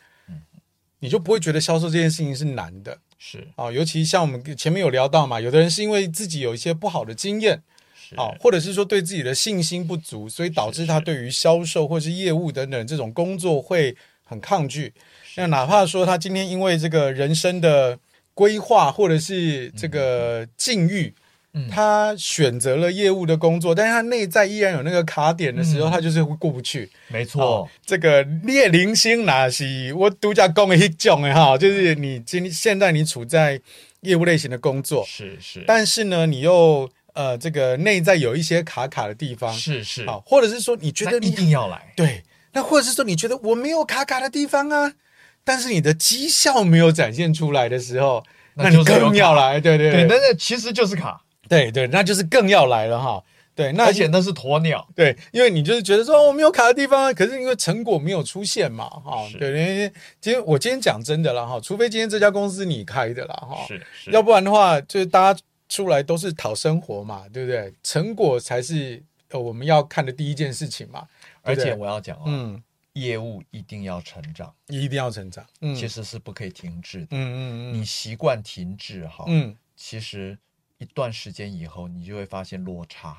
你就不会觉得销售这件事情是难的
是
啊、尤其像我们前面有聊到嘛，有的人是因为自己有一些不好的经验，
是，
好，或者是说对自己的信心不足，所以导致他对于销售或是业务等等这种工作会很抗拒。那哪怕说他今天因为这个人生的规划或者是这个境遇，
嗯
他选择了业务的工作，但是他内在依然有那个卡点的时候，他就是会过不去。
没嗯错，
这个列零星哪是我独家讲的一种的哈，就是你今现在你处在业务类型的工作，
是是，
但是呢，你又呃这个内在有一些卡卡的地方，
是是，
好，或者是说你觉
那
得你
一定要来，
对，那或者是说你觉得我没有卡卡的地方啊，但是你的绩效没有展现出来的时候，
那
那你
就是有
更
卡
要来，对对
对，那
对
那其实就是卡，
对对，那就是更要来了哈。对，那
而且那是鸵鸟，
对，因为你就是觉得说、哦我没有卡的地方啊，可是因为成果没有出现嘛，哈、
是
对，因为今天我今天讲真的啦，哈，除非今天这家公司你开的啦，哈，
是是，
哦要不然的话，就是大家出来都是讨生活嘛，对不对？成果才是呃我们要看的第一件事情嘛，
而
对
且
不对
我要讲啊，
嗯，
业务一定要成长，
一定要成长，嗯，
其实是不可以停滞的。
嗯嗯
你习惯停滞哈，
嗯嗯，
其实一段时间以后，你就会发现落差。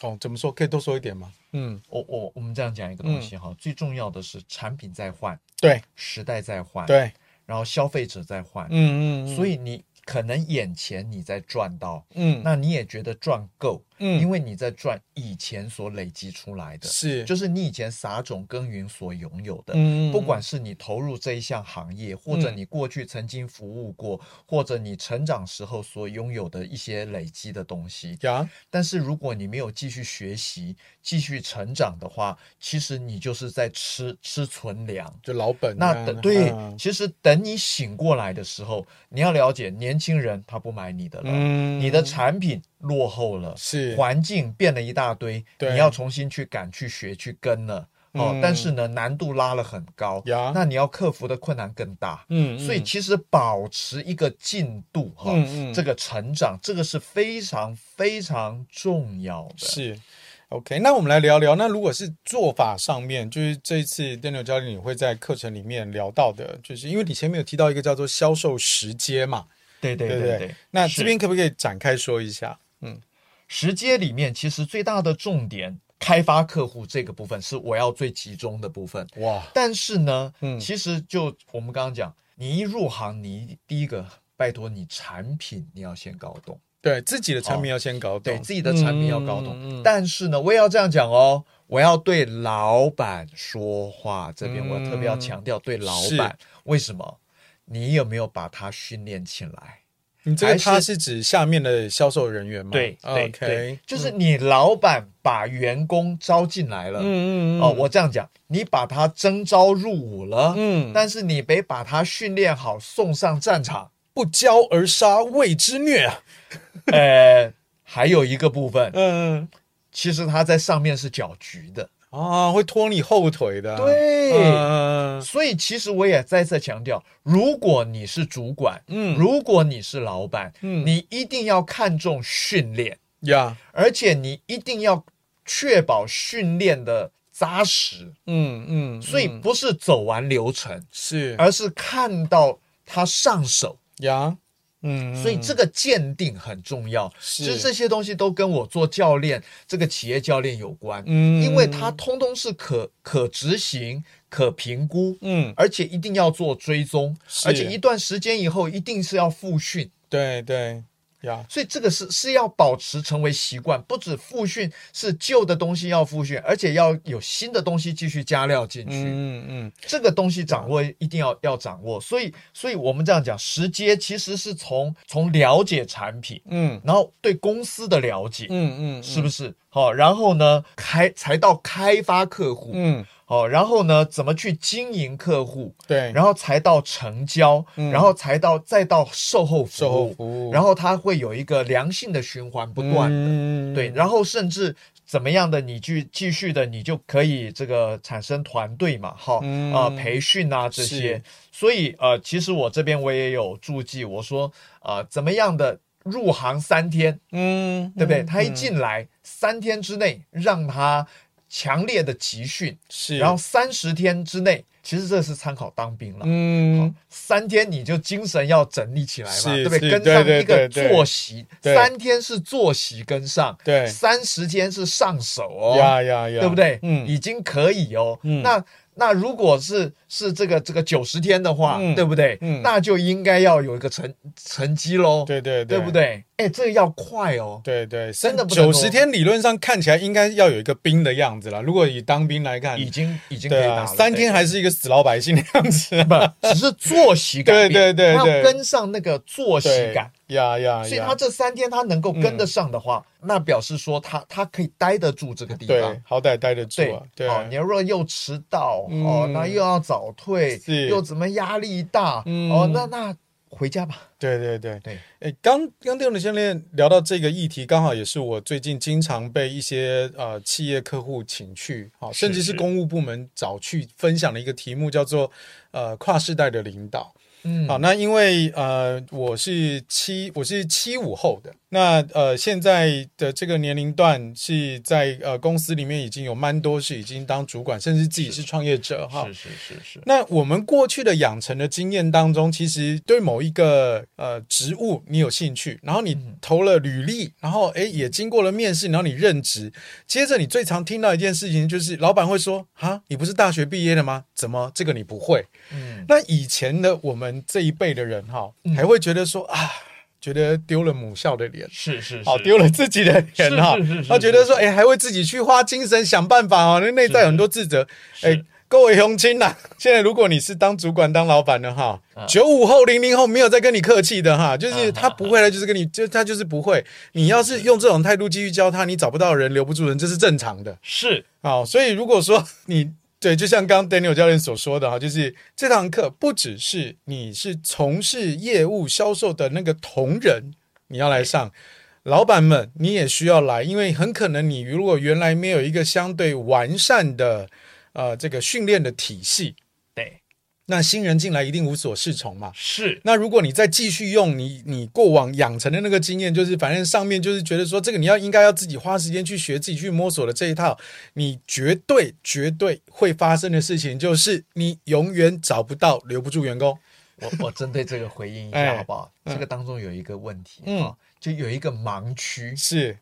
哦，怎么说？可以多说一点吗？嗯，
我我我们这样讲一个东西哈，最重要的是产品在换，
对
时代在换，，
对，
然后消费者在换，
嗯嗯嗯，
所以你可能眼前你在赚到，
嗯，
那你也觉得赚够，
嗯
因为你在赚以前所累积出来的，
是
就是你以前撒种耕耘所拥有的。
嗯，嗯
不管是你投入这一项行业，或者
嗯
你过去曾经服务过，或者你成长时候所拥有的一些累积的东西，
呀，
但是如果你没有继续学习、继续成长的话，其实你就是在吃吃存粮。
就老本
那
啊
等对，
嗯
其实等你醒过来的时候，你要了解，年轻人他不买你的了，
嗯
你的产品落后了，
是
环境变了一大堆，
对
你要重新去赶、去学、去跟了。哦，
嗯
但是呢，难度拉了很高，
呀
那你要克服的困难更大。
啊嗯，
所以
嗯
其实保持一个进度哈、
嗯嗯
这个成长，这个是非常非常重要的。
是 OK。那我们来聊聊，那如果是做法上面，就是这一次 Daniel 教练你会在课程里面聊到的，就是因为你前面有提到一个叫做销售时阶嘛，
对对
对
对
不
对。
那
是
这边可不可以展开说一下？
十阶里面，其实最大的重点，开发客户这个部分是我要最集中的部分。
哇，
但是呢，
嗯
其实就我们刚刚讲，你一入行，你第一个拜托你产品你要先搞懂，
对自己的产品要先搞懂，
对自己的产品要搞懂。
嗯嗯嗯
但是呢，我也要这样讲哦，我要对老板说话。这
嗯
边我特别要强调，对老板，为什么？你有没有把他训练起来？
你这个
还
他
是
是指下面的销售人员吗？
对
，OK，
就是你老板把员工招进来了，
嗯嗯嗯嗯
哦，我这样讲，你把他征召入伍了，
嗯
但是你没把他训练好，送上 战场。
不教而杀谓之虐啊，
呃，还有一个部分，
嗯。
其实他在上面是搅局的，
啊，会拖你后腿的。啊
对
嗯
所以其实我也再次强调，如果你是主管，
嗯
如果你是老板，
嗯
你一定要看重训练，
呀，
而且你一定要确保训练的扎实，
嗯嗯，
所以
嗯
不是走完流程，
是
而是看到他上手。
呀，嗯，
所以这个鉴定很重要，其实
是
这些东西都跟我做教练这个企业教练有关，
嗯，
因为它通通是可可执行、可评估，
嗯，
而且一定要做追踪，
是
而且一段时间以后一定是要复训，
对对呀，
所以这个是是要保持成为习惯，不止复训是旧的东西要复训，而且要有新的东西继续加料进去。
嗯嗯
这个东西掌握一定要要掌握，所以所以我们这样讲，时间其实是从从了解产品，
嗯
然后对公司的了解，
嗯嗯，
是不是？好、然后呢，开才到开发客户，
嗯
好、然后呢，怎么去经营客户，
对，
然后才到成交，
嗯
然后才到再到售后服务，
售后服务，
然
后
后它会有一个良性的循环不断的。
嗯
对，然后甚至怎么样的，你去继续的，你就可以这个产生团队嘛，哈、
嗯
啊、培训啊这
是
些。所以呃，其实我这边我也有注记，我说啊、呃怎么样的入行三天，
嗯，
对不对？
嗯
他一
嗯
进来、三天之内让他强烈的集训，
是，
然后三十天之内其实这是参考当兵了。好
嗯，
三天你就精神要整理起来嘛，
是
对不对？
是
跟
对
上
对
一个
对对
作息，
对
三天是作息跟上，
对
三十天是上手哦，
呀呀呀，
对不对？
嗯，
已经可以哦。
嗯
那那如果是是这个这个九十天的话，
嗯
对不对？
嗯
那就应该要有一个成成绩喽，
对对
对不？对？哎，这个要快哦。
对对，三
真的不能
九
多
十天理论上看起来应该要有一个兵的样子啦。如果以当兵来看，
已经已经可
对
以打了
啊，，三
对
天还是一个死老百姓的样子 啊，
不只是作息改变，
对对对
他
对
要跟上那个作息
对
感。
呀哎呀
所以他
呀，
这三天他能够跟得上的话，那表示说他他可以待得住这个地
对
方。，
好歹待得住
对
啊，，对，
哦，你若又迟到、
嗯
哦，那又要早退，
是
又怎么压力大、
嗯
哦，那那回家吧。
对对对
对，
哎，刚刚电动教练聊到这个议题，刚好也是我最近经常被一些呃企业客户请去，好、
是
甚至是
是
公务部门找去分享的一个题目，叫做呃跨世代的领导。哦
嗯，
好，那因为呃，我是七，我是七五后的，那呃，现在的这个年龄段是在呃公司里面已经有蛮多是已经当主管，甚至自己是创业者哈。
是是是，
那我们过去的养成的经验当中，其实对某一个呃职务你有兴趣，然后你投了履历，然后诶也经过了面试，然后你任职，接着你最常听到一件事情就是老板会说啊，你不是大学毕业的吗？怎么这个你不会？
嗯，
那以前的我们这一辈的人哈，还会觉得说啊，觉得丢了母校的脸，
是是是，
好哦丢了自己的脸哈
是是是，是
他觉得说，哎，还会自己去花精神想办法哦，那内在有很多自责，哎。各位乡亲呐、 现在如果你是当主管、当老板的哈，
啊
九五后、零零后没有在跟你客气的哈，就是他不
啊
会了，就是跟你就他就是不会。你要是用这种态度继续教他，你找不到人、留不住人，这是正常的。
是
好，所以如果说你 对，就像刚刚 Daniel 教练所说的哈，就是这堂课不只是你是从事业务销售的那个同仁，你要来上。老板们，你也需要来，因为很可能你如果原来没有一个相对完善的呃这个训练的体系，
对
那新人进来一定无所适从嘛。
是
那如果你再继续用你你过往养成的那个经验，就是反正上面就是觉得说这个你要应该要自己花时间去学、自己去摸索的这一套，你绝对绝对会发生的事情就是你永远找不到、留不住员工。
我我针对这个回应一
哎
下好不好？这个当中有一个问题，
嗯
啊，就有一个盲区，
是，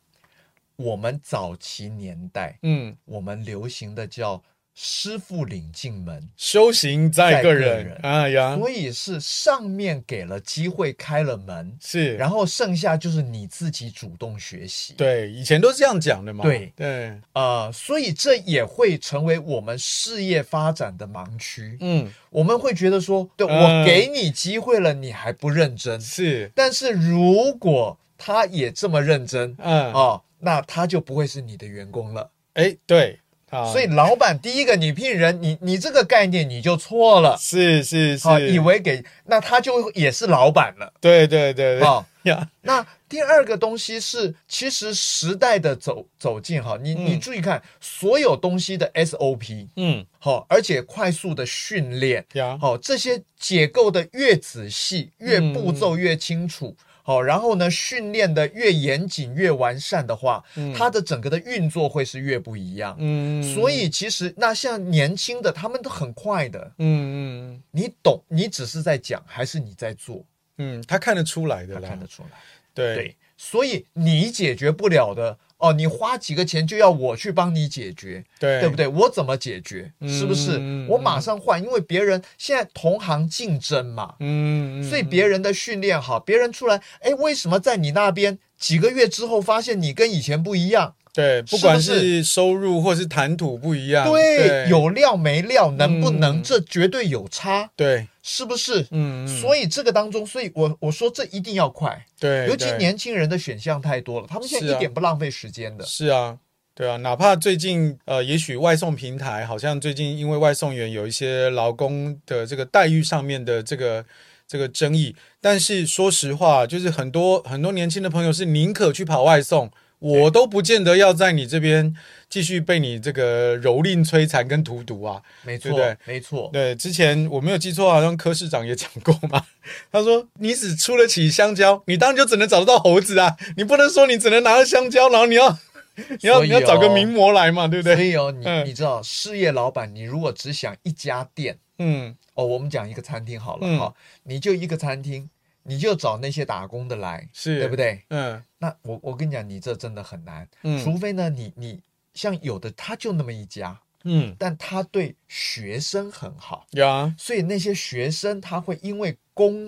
我们早期年代
嗯，
我们流行的叫师傅领进门。
修行在个
在个
人
人，
哎呀，
所以是上面给了机会，开了门，
是，
然后剩下就是你自己主动学习。，
对，以前都是这样讲的嘛。
对
对，
呃，所以这也会成为我们事业发展的盲区。
嗯，
我们会觉得说，对
嗯
我给你机会了，你还不认真。
是，
但是如果他也这么认真，
嗯，
哦，那他就不会是你的员工了。
哎，对，啊，
所以，老板第一个，你聘人，你你这个概念你就错了。
是是
好，
是，
以为给那他就也是老板了
对对对对
啊。
呀，
那第二个东西是，其实时代的走走进哈，你你注意看，所有东西的 SOP
嗯
好，而且快速的训练
呀，
好，这些解构的越仔细，越
嗯
步骤越清楚。好，然后呢，训练的越严谨、越完善的话，它的整个的运作会是越不一样。
嗯，
所以其实那像年轻的，他们都很快的，
嗯嗯。
你懂，你只是在讲，还是你在做，
嗯，他看得出来的
他
啦，
看得出来。
对
对，所以你解决不了的哦，你花几个钱就要我去帮你解决，
对
对不？对？我怎么解决？是不是
嗯？
我马上换，因为别人现在同行竞争嘛，
嗯，嗯
所以别人的训练好，别人出来，哎，为什么在你那边几个月之后发现你跟以前不一样？
对，
是
不
不
管
是
是收入或是谈吐不一样，
对，有料没料，能不
啊
能？
嗯
这绝对有差，
对，
是不是？
嗯，嗯
所以这个当中，所以我我说这一定要快，
对，
尤其
对
年轻人的选项太多了，他们现
是
在
啊
一点不浪费时间的。
是啊，对啊，哪怕最近呃，也许外送平台好像最近因为外送员有一些劳工的这个待遇上面的这个这个争议，但是说实话，就是很多很多年轻的朋友是宁可去跑外送。我都不见得要在你这边继续被你这个蹂躏、摧残跟荼毒啊！
没
对不对
错，没错，
对，之前我没有记错，好像柯市长也讲过嘛。他说：“你只出得起香蕉，你当然就只能找得到猴子啊！你不能说你只能拿到香蕉，然后你要 你要
所以
你要找个
哦
名模来嘛，对不
所
对？
以哦，你
嗯
你知道，事业老板，你如果只想一家店，
嗯
哦，我们讲一个餐厅好了
嗯
哈、你就一个餐厅，你就找那些打工的来，
是
对不对？
嗯
那我我跟你讲，你这真的很难，除
嗯
非呢，你你像有的他就那么一家，
嗯
但他对学生很好，
呀
所以那些学生他会因为工，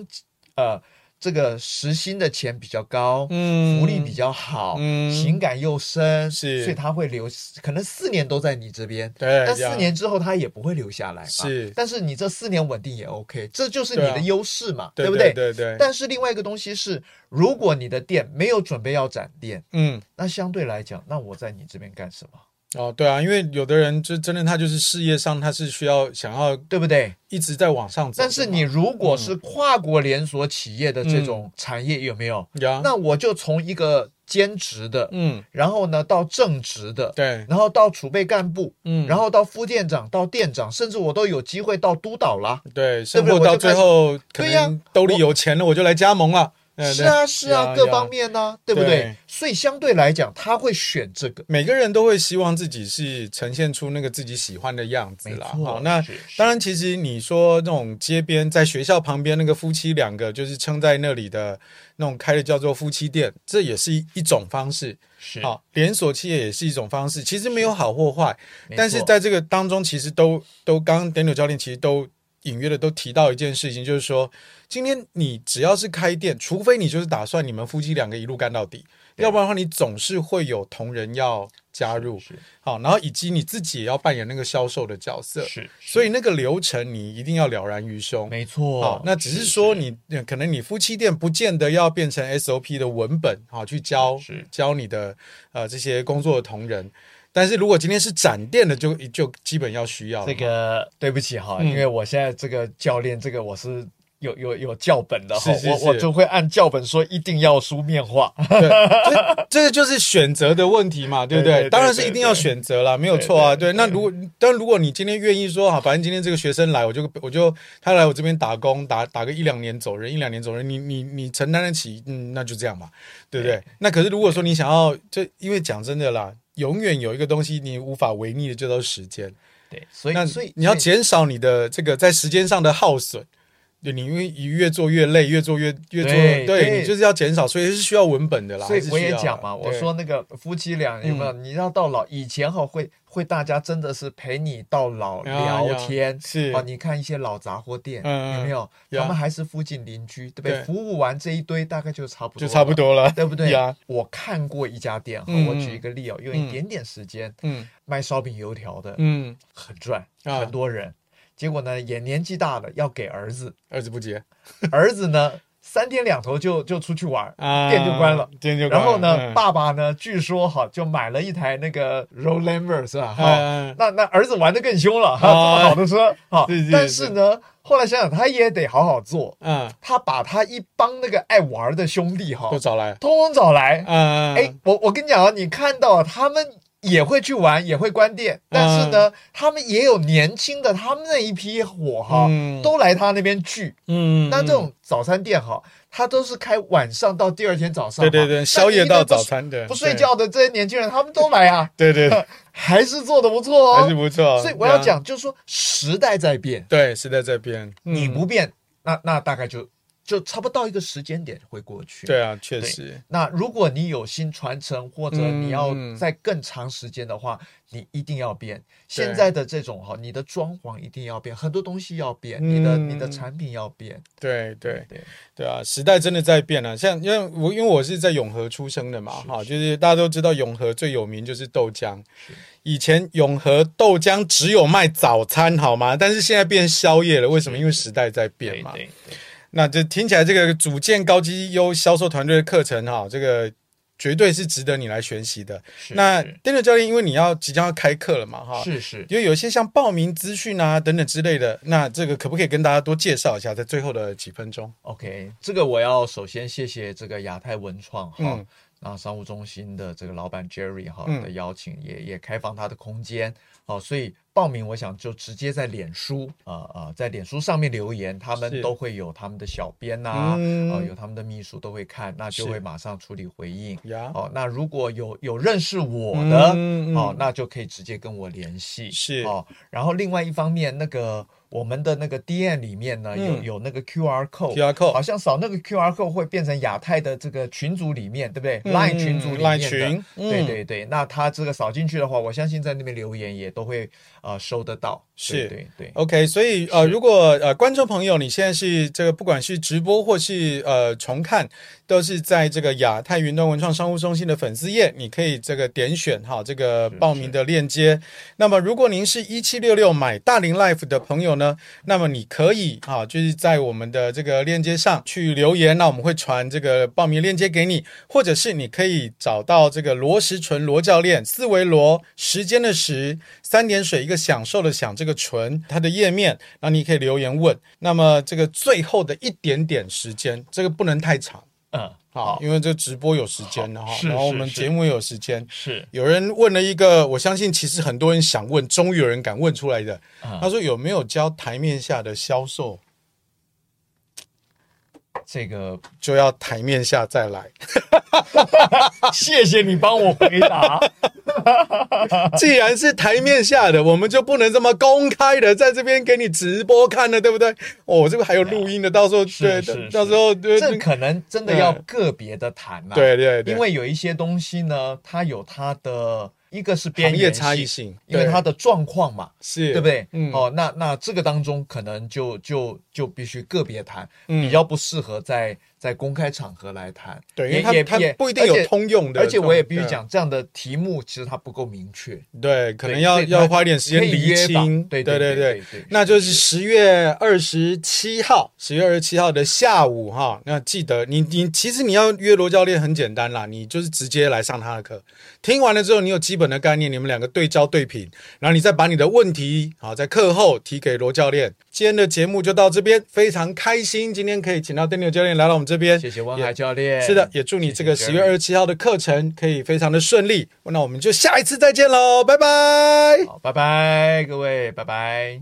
呃，这个时薪的钱比较高，
嗯，
福利比较好，
嗯
情感又深，
是
所以他会留，可能四年都在你这边，
对，
但
呀
四年之后他也不会留下来嘛。
是
但是你这四年稳定也 OK，这就是你
对啊
的优势嘛，
对
不
对？对对，
但是另外一个东西是，如果你的店没有准备要展店，
嗯。
那相对来讲，那我在你这边干什么？
哦，对啊，因为有的人就真的他就是事业上他是需要想要
对不对？
一直在往上走的
但
嘛，
是你如果
嗯
是跨国连锁企业的这种产业，有没有？
呀，
那我就从一个兼职的，
嗯，
然后呢到正职的，
对，
然后到储备干部，
嗯，
然后到副店长，到店长，甚至我都有机会到督导啦。
对，生活
我就
到
开
最
始
后可
对呀
能兜里
我
有钱了，我就来加盟了。嗯
是
对
啊，是啊，
呀
各
呀
方面呢、对不
对
对？所以相对来讲，他会选这个。
每个人都会希望自己是呈现出那个自己喜欢的样子啦。
没错
好，那
是是
当然，其实你说那种街边在学校旁边那个夫妻两个就是撑在那里的那种开的叫做夫妻店，这也是一一种方式。
是
好，连锁企业也是一种方式，其实没有好或坏，
没
但是
错
在这个当中，其实都都刚刚 Daniel 教练其实都隐约的都提到一件事情，就是说，今天你只要是开店，除非你就是打算你们夫妻两个一路干到底，
对
要不然的话，你总是会有同仁要加入，
是
好，然后以及你自己也要扮演那个销售的角色，
是，
所
以
以那个流程你一定要了然于胸。
没错。
好，哦那只是说你呃可能你夫妻店不见得要变成 SOP 的文本，好去教
是
教你的呃这些工作的同仁。但是如果今天是展店的就，就基本要需要了
这个对不起哈，
嗯
因为我现在这个教练，这个我是。有有有教本的哈，
是是是
我我就会按教本说一定要书面化，
这个就是选择的问题嘛，对不对？
对对对
当然是一定要选择啦，没有错啊。对
对对
那如果但如果你今天愿意说好，反正今天这个学生来，我就我就他来我这边打工，打打个一两年走人，一两年走人，你你你承担得起，嗯，那就这样吧，对不对？那可是如果说你想要，就因为讲真的啦，永远有一个东西你无法违逆的，就叫时间。
对，所
那
以所以
你要
所以
减少你的这个在时间上的耗损。对，你因为你越做越累，越做越越做，对
对对
你就是要减少，所以是需要文本的啦。
所
还
以
是
我
需
也
要
讲
啦
嘛，我
对嗯
说那个夫妻俩有没有？你要到老，以前哈会会大家真的是陪你到老
哎呀
聊天，
是
哦，你看一些老杂货店
嗯嗯
有没有？
呀
他们还是附近邻居，对不
对
对？服务完这一堆大概就差不多，
就差不，多了。
对不对
呀？
我看过一家店哈，
嗯
我举一个例哦，用
嗯
一点点时间
嗯
卖烧饼油条的
嗯，
很赚，
啊
很多人，结果呢也年纪大了，要给儿子，
儿子不接
儿子呢三天两头就就出去玩，
啊，
店就关了，
店就关
然
了。
后呢，
嗯，
爸爸呢，据说哈就买了一台那个 Rollander 是吧？哈，
嗯
那那儿子玩的更凶了，哈，
哦
这么好的车 哈
是是，
但是呢，后来想想他也得好好做，
嗯，
他把他一帮那个爱玩的兄弟哈
都，找来。
通通找来。
嗯，
哎，我我跟你讲啊，你看到他们也会去玩，也会关
嗯
店，但是呢，他们也有年轻的，他们那一批火哈
嗯，
都来他那边聚。
嗯，
那这种早餐店哈，它都是开晚上到第二天早上
对
嘛，
对对，
那
宵夜
你一定
到
不
早
睡
餐的
不睡，觉的这些年轻人，他们都来啊，
对对对，
还是做的不错
还是
哦。
不错。嗯
所以我要
呀，
讲，就是说时代在变，
对，是在这边，
你
嗯
不变，那那大概就就差不多到一个时间点会过去。，
对啊，确
对
实，
那如果你有心传承，或者
嗯
你要
嗯
在更长时间的话，你一定要变。
对
现在的这种哈，你的装潢一定要变，很多东西要变，你的你的
嗯
产品要变。
对对
对
对啊，时代真的在变啊。像因为我因为我是在永和出生的嘛，
是
哈，就是大家都知道永和最有名就是豆浆
是。
以前永和豆浆只有卖早餐，好吗？但是现在变宵夜了，为什么？因为时代在变嘛。
对对
那这听起来，这个组建高绩优销售团队的课程哈，这个绝对是值得你来学习的。
是
那
是
Daniel 教练，因为你要即将要开课了嘛，哈，
是是，
因为有一些像报名资讯啊等等之类的，那这个可不可以跟大家多介绍一下？在最后的几分钟，
OK，这个我要首先谢谢这个亚太文创哈
嗯，
那、商务中心的这个老板 Jerry 哈
嗯
的邀请，也也开放他的空间，好、所以报名，我想就直接在脸书啊啊、呃呃，在脸书上面留言，他
是
们都会有他们的小编呐、啊，
嗯
呃，有他们的秘书都会看，那就是会马上处理回应。
呀，
哦，那如果有有认识我的，
嗯嗯
哦，那就可以直接跟我联系。
是
哦，然后另外一方面，那个我们的那个 D N 里面呢，有
嗯
有那个 Q R code。
QR
好
哦 code
像扫那个 Q R code 会变成亚太的这个群组里面，对不对、
嗯
l i n e 群组里面
Line
的，
群
对
嗯
对对。那他这个扫进去的话，我相信在那边留言也都会呃收得到。
是
对对对，
OK，所以呃，
是
如果呃观众朋友你现在是这个不管是直播或是呃重看，都是在这个亚太云端文创商务中心的粉丝页，你可以这个点选哈这个
是
报名的链接。那么如果您是一七六六买大龄 Life 的朋友呢，那么你可以啊就是在我们的这个链接上去留言，那我们会传这个报名链接给你，或者是你可以找到这个罗时纯罗教练，四维罗时间的时，三点水一个享受的享，这个纯它的页面，那你可以留言问。那么这个最后的一点点时间，这个不能太长
嗯，
啊，，因为这直播有时间啊的哈
好，是
然后我
是
们
是
节目也有时间。
是
有人问了一个，我相信其实很多人想问，终于有人敢问出来的。
嗯
他说有没有教台面下的销售，
这个，
就要台面下再来。 啊
谢谢你帮我回答。
既然是台面下的，我们就不能这么公开的在这边给你直播看了，对不对？哦，这个还有录音的，到时候
是
对，
是
到
是
时候 对
这
对
可能真的要
嗯
个别的谈啦、
对对对，
因为有一些东西呢，它有它的一个是边
行业
缘
差异
性，
性，
因为
对
它的状况嘛，
是
对不对？
嗯，
哦，那那这个当中可能就就就必须个别谈，
嗯
比较不适合在在公开场合来谈。
对，因
也
为它
也
它
也
不一定
而
有
且
通用的
而
这
且
种，嗯
我也必须
对，
讲，这样的题目其实它不够明确，
对，可能
对
要
所以
要
它
花一点时间
可以
厘
约吧
清，
对
对
对对
对
对对
那
是
就是
是
十月二十七号，十月二十七号的下午哈，那记得你你其实你要约罗教练很简单啦，你就是直接来上他的课，听完了之后你有基本的概念，你们两个对焦对品，然后你再把你的问题好在课后提给罗教练。今天的节目就到这边，非常开心，今天可以请到 Daniel 教练来到我们这边，
谢谢温海教练。
是嗯的，也祝你这个
谢
十
谢
月二十七号的课程可以非常的顺利。那我们就下一次再见喽，拜拜。
好，拜拜，各位，拜拜。